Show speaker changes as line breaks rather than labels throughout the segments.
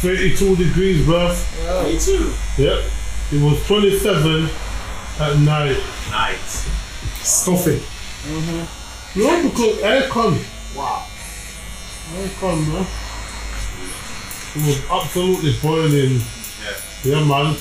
32 degrees, bruv.
Oh.
Me too.
Yep. It was 27 at night.
Nice.
Stuffing.
No, because aircon.
Wow.
Aircon, man. It was absolutely boiling.
Yeah.
Yeah, man.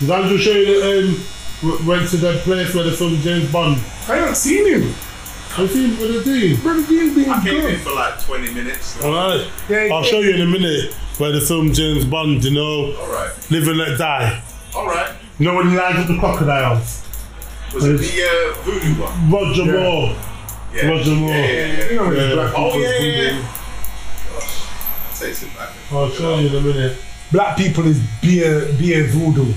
Did Andrew show you that um, w- went to that place where they filmed James Bond?
I haven't seen him.
Have you seen what they did?
Brother Dean being
I came in
good.
for like 20 minutes.
All right.
Yeah,
I'll
yeah.
show you in a minute where they filmed James Bond, you know,
All right.
Live and Let Die.
All right.
You know when he lines up the crocodiles?
Was it the uh, voodoo one?
Roger Moore.
Yeah.
Roger Moore.
Yeah, yeah,
You
yeah.
know when
Yeah.
black people,
Oh, yeah, yeah, yeah. Takes it back.
Oh,
I'll show you in a minute.
black people is beer beer voodoo.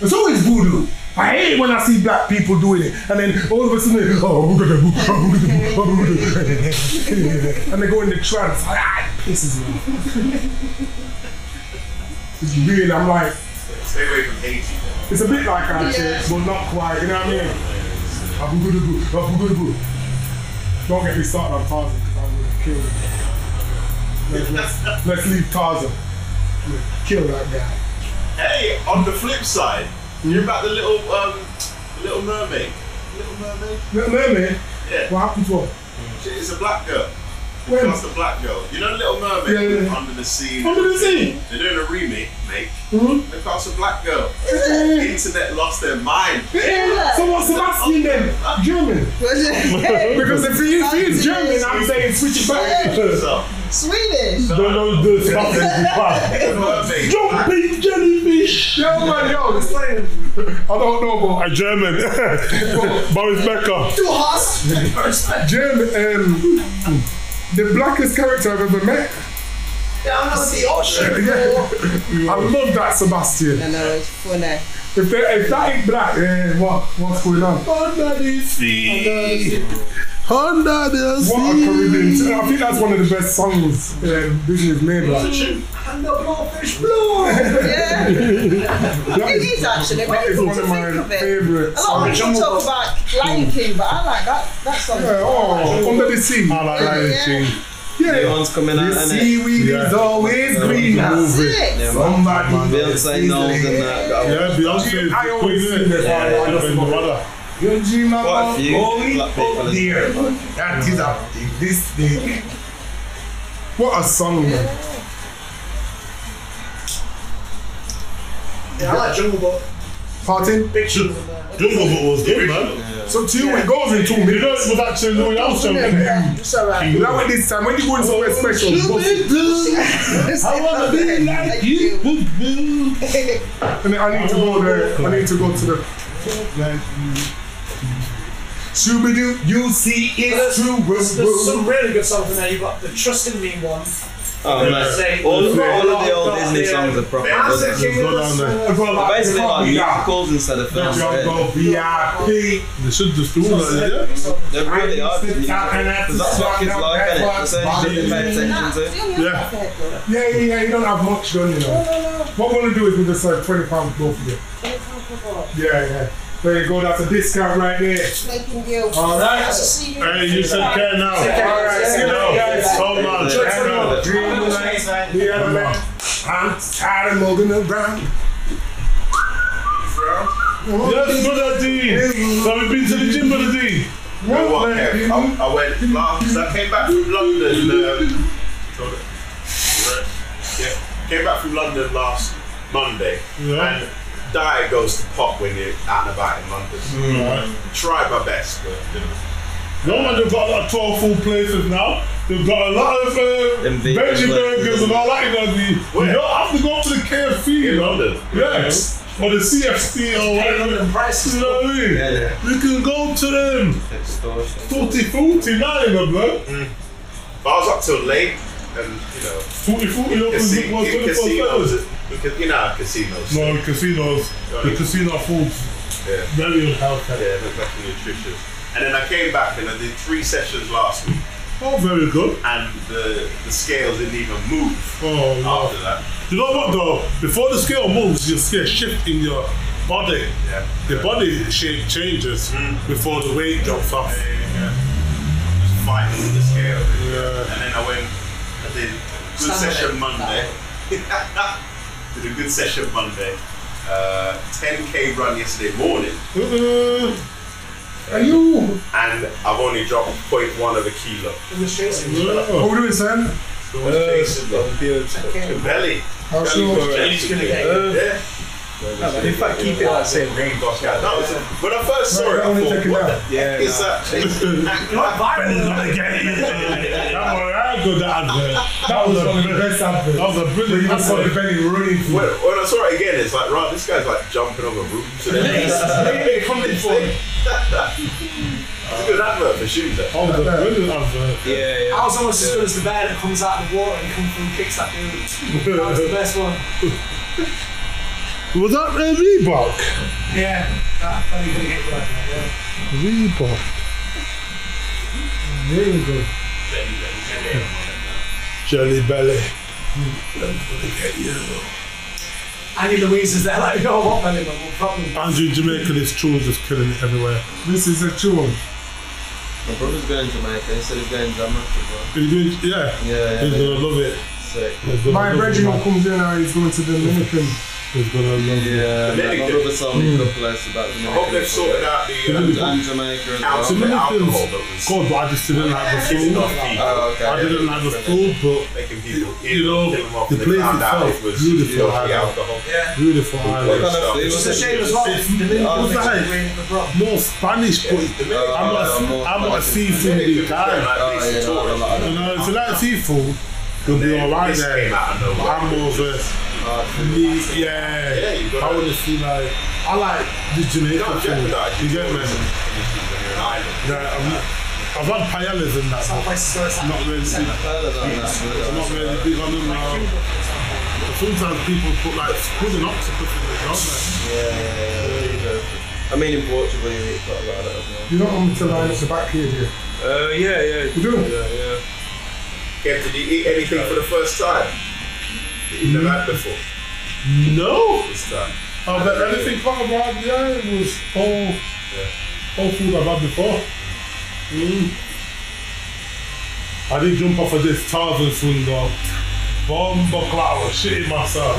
It's always voodoo. I hate when I see black people doing it, and then all of a sudden, oh, we're gonna, oh, we're gonna, oh, we're gonna, and they go into trance. Ah, it pisses me. off. It's really, I'm like,
Stay away from Haiti.
it's a bit like our church, but not quite. You know what I mean? Abu-gudu-bu, abu-gudu-bu. Don't get me started on Tarzan because I'm gonna kill him. Let's, let's, let's leave Tarzan. I'm gonna Kill that guy.
Hey, on the flip side, you're about the little um, Little Mermaid. Little Mermaid.
Little Mermaid.
Yeah.
What happened to her?
She is a black girl.
When?
That's the black girl. You know Little Mermaid
Yeah, yeah, yeah.
under the sea.
Under the Sea.
They're doing a remake, mate.
Mhm.
They cast a black girl.
Eh, eh,
Internet lost their mind.
eh, Someone Sebastian them German because if he is, he is German, I'm saying switch it back.
So,
Swedish.
Don't know the stuff in the past.
Little Mermaid.
Don't be jellyfish.
Yo man, yo, it's playing. I don't know about
A German. Boris Becker.
Du hast.
German. Um, the blackest character I've ever met.
Down on the ocean.
Yeah. I love that Sebastian.
I know it's funny.
If, they, if that ain't black, eh, what what's going on?
Under the sea. Under the
What a Caribbean! tune. I think that's one of the best songs um, Disney's made. Like.
And the blowfish blue. Yeah,
That
it
is,
is actually. When
that
you
is
come
one
to
of
think
my
of it,
favourite
a lot of
songs.
people talk about Lion King, but I like that. That song.
Yeah, oh, under the sea.
I like Lion King.
The
Yeah.
one's coming out
The
and it.
seaweed is
Yeah.
always green.
That's
Movie.
it.
Yeah, man.
Somebody
Beyonce knows and that. that one.
Yeah, Beyonce is
I
the
always
queen,
see
isn't
that.
it?
Yeah,
Yeah,
yeah.
in the water.
You dream
Quite a
about
few
going
black people
up
is-
there. oh That is a thing. This thing. What a song, man.
Yeah, I like Jungle Book.
Pardon?
Big Jungle
Jungle Book was good, man.
So to you, it goes in
You
two
know,
minutes.
it was actually Louis Armstrong.
Yeah, it's alright.
You know when this time, when you go in
Oh,
somewhere special, bust-
I wanna be like you.
and then I need to go there. I need to go to the. Like, Shoo-ba-doo, you see it's true.
There's, there's some really good songs in there. You've got the Trust in Me one.
Oh,
Say,
man. All, all of the old Disney
Yeah.
songs are proper.
That's the
wasn't it?
king of
Go
the
down there.
sun.
Bro,
They're
like,
Basically,
fuck
like
yeah.
musicals instead of films. eh? yeah.
Jungle VIP.
They should just do that,
They really are.
Sit down and have to
Because that's what
slap
kids
down
like,
that
isn't it?
one.
It's the only shit they pay attention to.
Yeah, yeah, yeah. You don't have much done, you know. What we're gonna do is we just like twenty pounds both of you. Yeah, yeah. There you go. That's a discount right there.
Making you.
All right.
Nice to see you.
yeah? Hey, you should care now.
All right. See you
No,
later, guys.
so much.
Check
Hang
it
on.
out.
Dream like the other man. I'm tired of moving around.
Yes, Brother Dean. So we've been to the gym, Brother Dean.
You know what, Kev? I, I went last, because I came back from London. Um, hold it. You right? yeah. Came back from London last Monday.
Yeah.
And diet goes to pot when you're out and about in London. Tried my best, but you know.
No man, they've got like 12 full places now. They've got a lot of uh,
Them vegan
veggie burgers
places.
and all that. You know, the, you
Where?
don't have to go up to the KFC, you
in
know.
London.
Yeah. Or the CFC or whatever.
London prices.
You know what I mean?
Yeah, yeah.
You can go to them.
Extortion.
40 40 now, you know, bro.
But I was up till late, and you know,
40 40 opens up
casi-
one
in
24
casinos,
hours.
in ca- you know, how casinos.
No, in casinos, the casino food's
Yeah.
very unhealthy.
Yeah, they're nothing nutritious. And then I came back and I did three sessions last week,
Oh, very good.
and the the scales didn't even move
Oh, no.
after that.
You know what though? Before the scale moves, you see a shift in your body.
Yeah.
The body shape changes before the weight drops off.
Fighting with the scale.
Yeah.
And then I went, I did a good
Saturday.
session Monday, Did a good session Monday. Uh, 10k run yesterday morning,
Uh-uh.
Are you?
and I've only dropped 0.1 of a kilo.
In the streets.
Oh.
Yeah.
How we doing, Sam?
Someone's chasing me.
Okay.
Belly.
How
Belly
sure?
for it. Yeah.
In fact, keep it that same range.
Yeah, that was- When I first saw
Right,
it, I
only
thought,
taken
what
out.
the heck
Yeah,
is
no.
that?
Not viral.
That was a good advert. That
That
was
was
a
one of the
brilliant.
best adverts.
That was a
But you
brilliant
just saw the
advert.
belly running through.
When, when I saw it again, it's like, right, this guy's like jumping over roofs and everything. It's a good advert for shoes. That.
That was a brilliant advert.
Yeah, yeah.
That was almost as good as the bear that comes out of the water and comes through and kicks that dude. That was the best one.
Was that uh, Reebok?
Yeah. That funny thing hit right there. Yeah.
Reebok.
There you go.
Jelly Belly.
Annie Louise is there like, oh, what man, what problem?
Andrew Jamaica, his tools just killing it everywhere.
This is a tune.
My brother's going to Jamaica. He said he's going to Jamaica,
He's doing, yeah.
bro. Yeah,
He's
yeah.
gonna love it.
Sick.
He's gonna
My
love it,
Reginald
man.
comes in and he's going to the Dominican.
He's gonna love it.
Yeah,
Dominican.
my brother told me a couple of us about
I
Jamaica.
hope they've sorted out
And
the uh,
Jamaica as
counts of
well.
the
Dominicans.
alcohol that was
God, but I just didn't like the
kicking off
food.
people,
Oh, okay.
I didn't like the food, but
making people eat,
You know,
them off,
the
and they
place
found out
itself,
it was
beautiful,
filthy
I know.
alcohol.
beautiful
What
island.
kind of
It's
flavour?
a shame as well. The little
Oh,
thing
nice.
that we're in the problem.
More Spanish, but
Oh,
I'm not,
more
I'm not a
Spanish.
seafood
Dominicans
guy.
were like
Oh,
these
yeah, no, no,
tourists.
no, no.
You know, if you like seafood, you'll be
Then
alright
this came
there.
out of
But
nowhere.
I'm more of a
Oh,
meat, yeah.
Yeah, you got
I
that.
want to see like, I like the Jamaican
Don't
food.
jeopardise
You
your
get me?
tourism industry when you're an island.
Yeah, I'm, I've had paellas and that,
Some
but
places where it's like,
not really,
I've heard of that,
I'm not really big on them now.
Cuba, for example.
But Sometimes people put like squid and octopus in it, don't they?
Yeah, yeah, yeah. I mean, in Portugal, you eat quite a lot of that as well.
You don't want me to line up the back here, do you?
Uh, yeah, yeah.
You do?
Yeah, yeah.
Kev, did you eat anything for the first time? That you've never had before
No.
this time.
I've had anything Oh, from about yeah, it was all all food I've had before. Mm. I did jump off of this Tarzan swing though. Bomba cloud, shitting myself.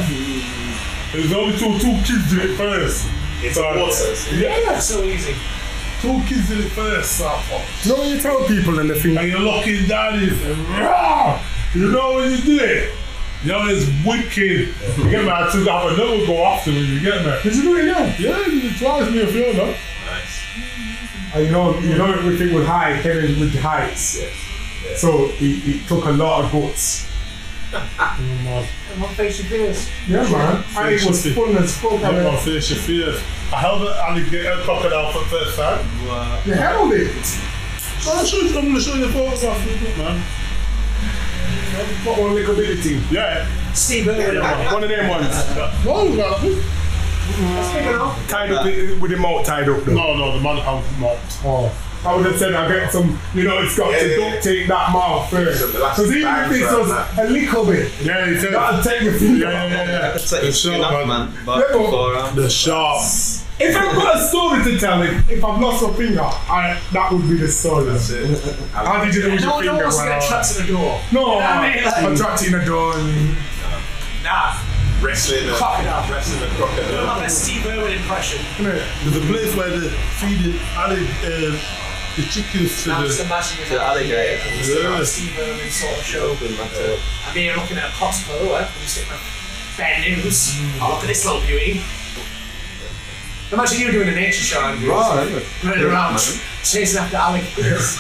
There's only two two kids did it first.
It's
So-
water.
Yeah,
So easy.
two kids did it first. So I thought,
You know when you tell people and they think,
and you're locking down is raw. You know when you do it, you know it's wicked. You get me? I took off another go after me. You get me?
did you do it now?
Yeah, you twice me if you know.
Nice.
And Uh, you know, you know, with it with high, Kevin with the heights.
Yes.
So it, it took a lot of guts.
And one face your fears.
Yeah, man. I
Fish
was
is-
fun as fuck. I
I'm
mean,
on fish and fears. I
Ah,
held an alligator crocodile for the
eh,
first time.
Wow.
You held it.
I'll show you, I'm going to show you the photograph, man.
Not one little bit of team.
Yeah.
Steve Irwin.
One of them ones.
What was that?
That's big enough.
Tied up it- with the mouth tied up. Though.
No, no, the Nou, man has not.
Oh. I would have said I get some, you know, it's got
Yeah,
to
yeah,
duct
yeah.
tape that mouth first.
Some elastic
Because even if
bands
it's
around
just a little bit,
Yeah, he said.
that'll take me through.
Yeah, yeah, yeah,
That's
yeah.
like, it's enough, man. But um,
Yeah, but-
forearm.
The shark.
If I've got a story to tell him, if I've lost a finger, I, that would be the story.
That's it.
How did you lose
No
your
one
finger?
no one wants to
when I-
get trapped at the door.
No,
You know what I mean? Like-
I'm trapped in a door. And,
Nah.
Wrestling a
Crocodile.
wrestling a
You're
crocodile.
my best Steve Irwin impression.
innit?
There's a place where they feed the, allig- uh, the chickens to
I'm just
the.
imagining
The
that.
alligator.
Just like Steve Irwin sort of show.
Open matter.
I mean, I'm looking at a Costco, eh? I'm just getting my bad news.
Mm.
Oh, look at this little beauty. Imagine you doing a nature show and you're
Right, isn't it?
running around chasing after alligators.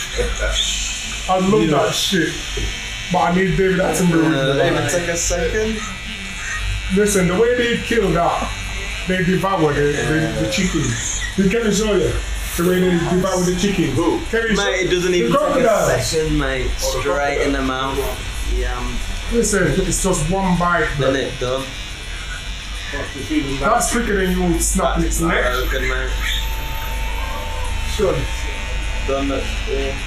I love that shit. But I need David Attenborough. with
Uh,
me,
did it
man.
even take a second.
Listen, the way they kill that, they devour the, the, the chicken. You can show you the way they devour the chicken.
Who?
Can you show
Mate, it doesn't even
the
take a
crocodile.
second, mate. Straight in the mouth. Yum.
Listen, it's just one bite.
Done it, done.
That's quicker than you snapping its neck.
Broken, mate.
Sure.
Done it. Yeah.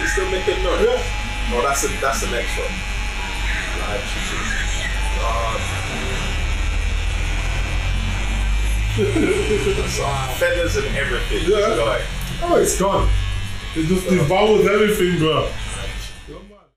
You still making noise? Yeah. Oh, that's the that's the next one. Live chickens. God. Feathers and everything.
Yeah.
Like,
Oh, it's gone.
It just devours everything, bro.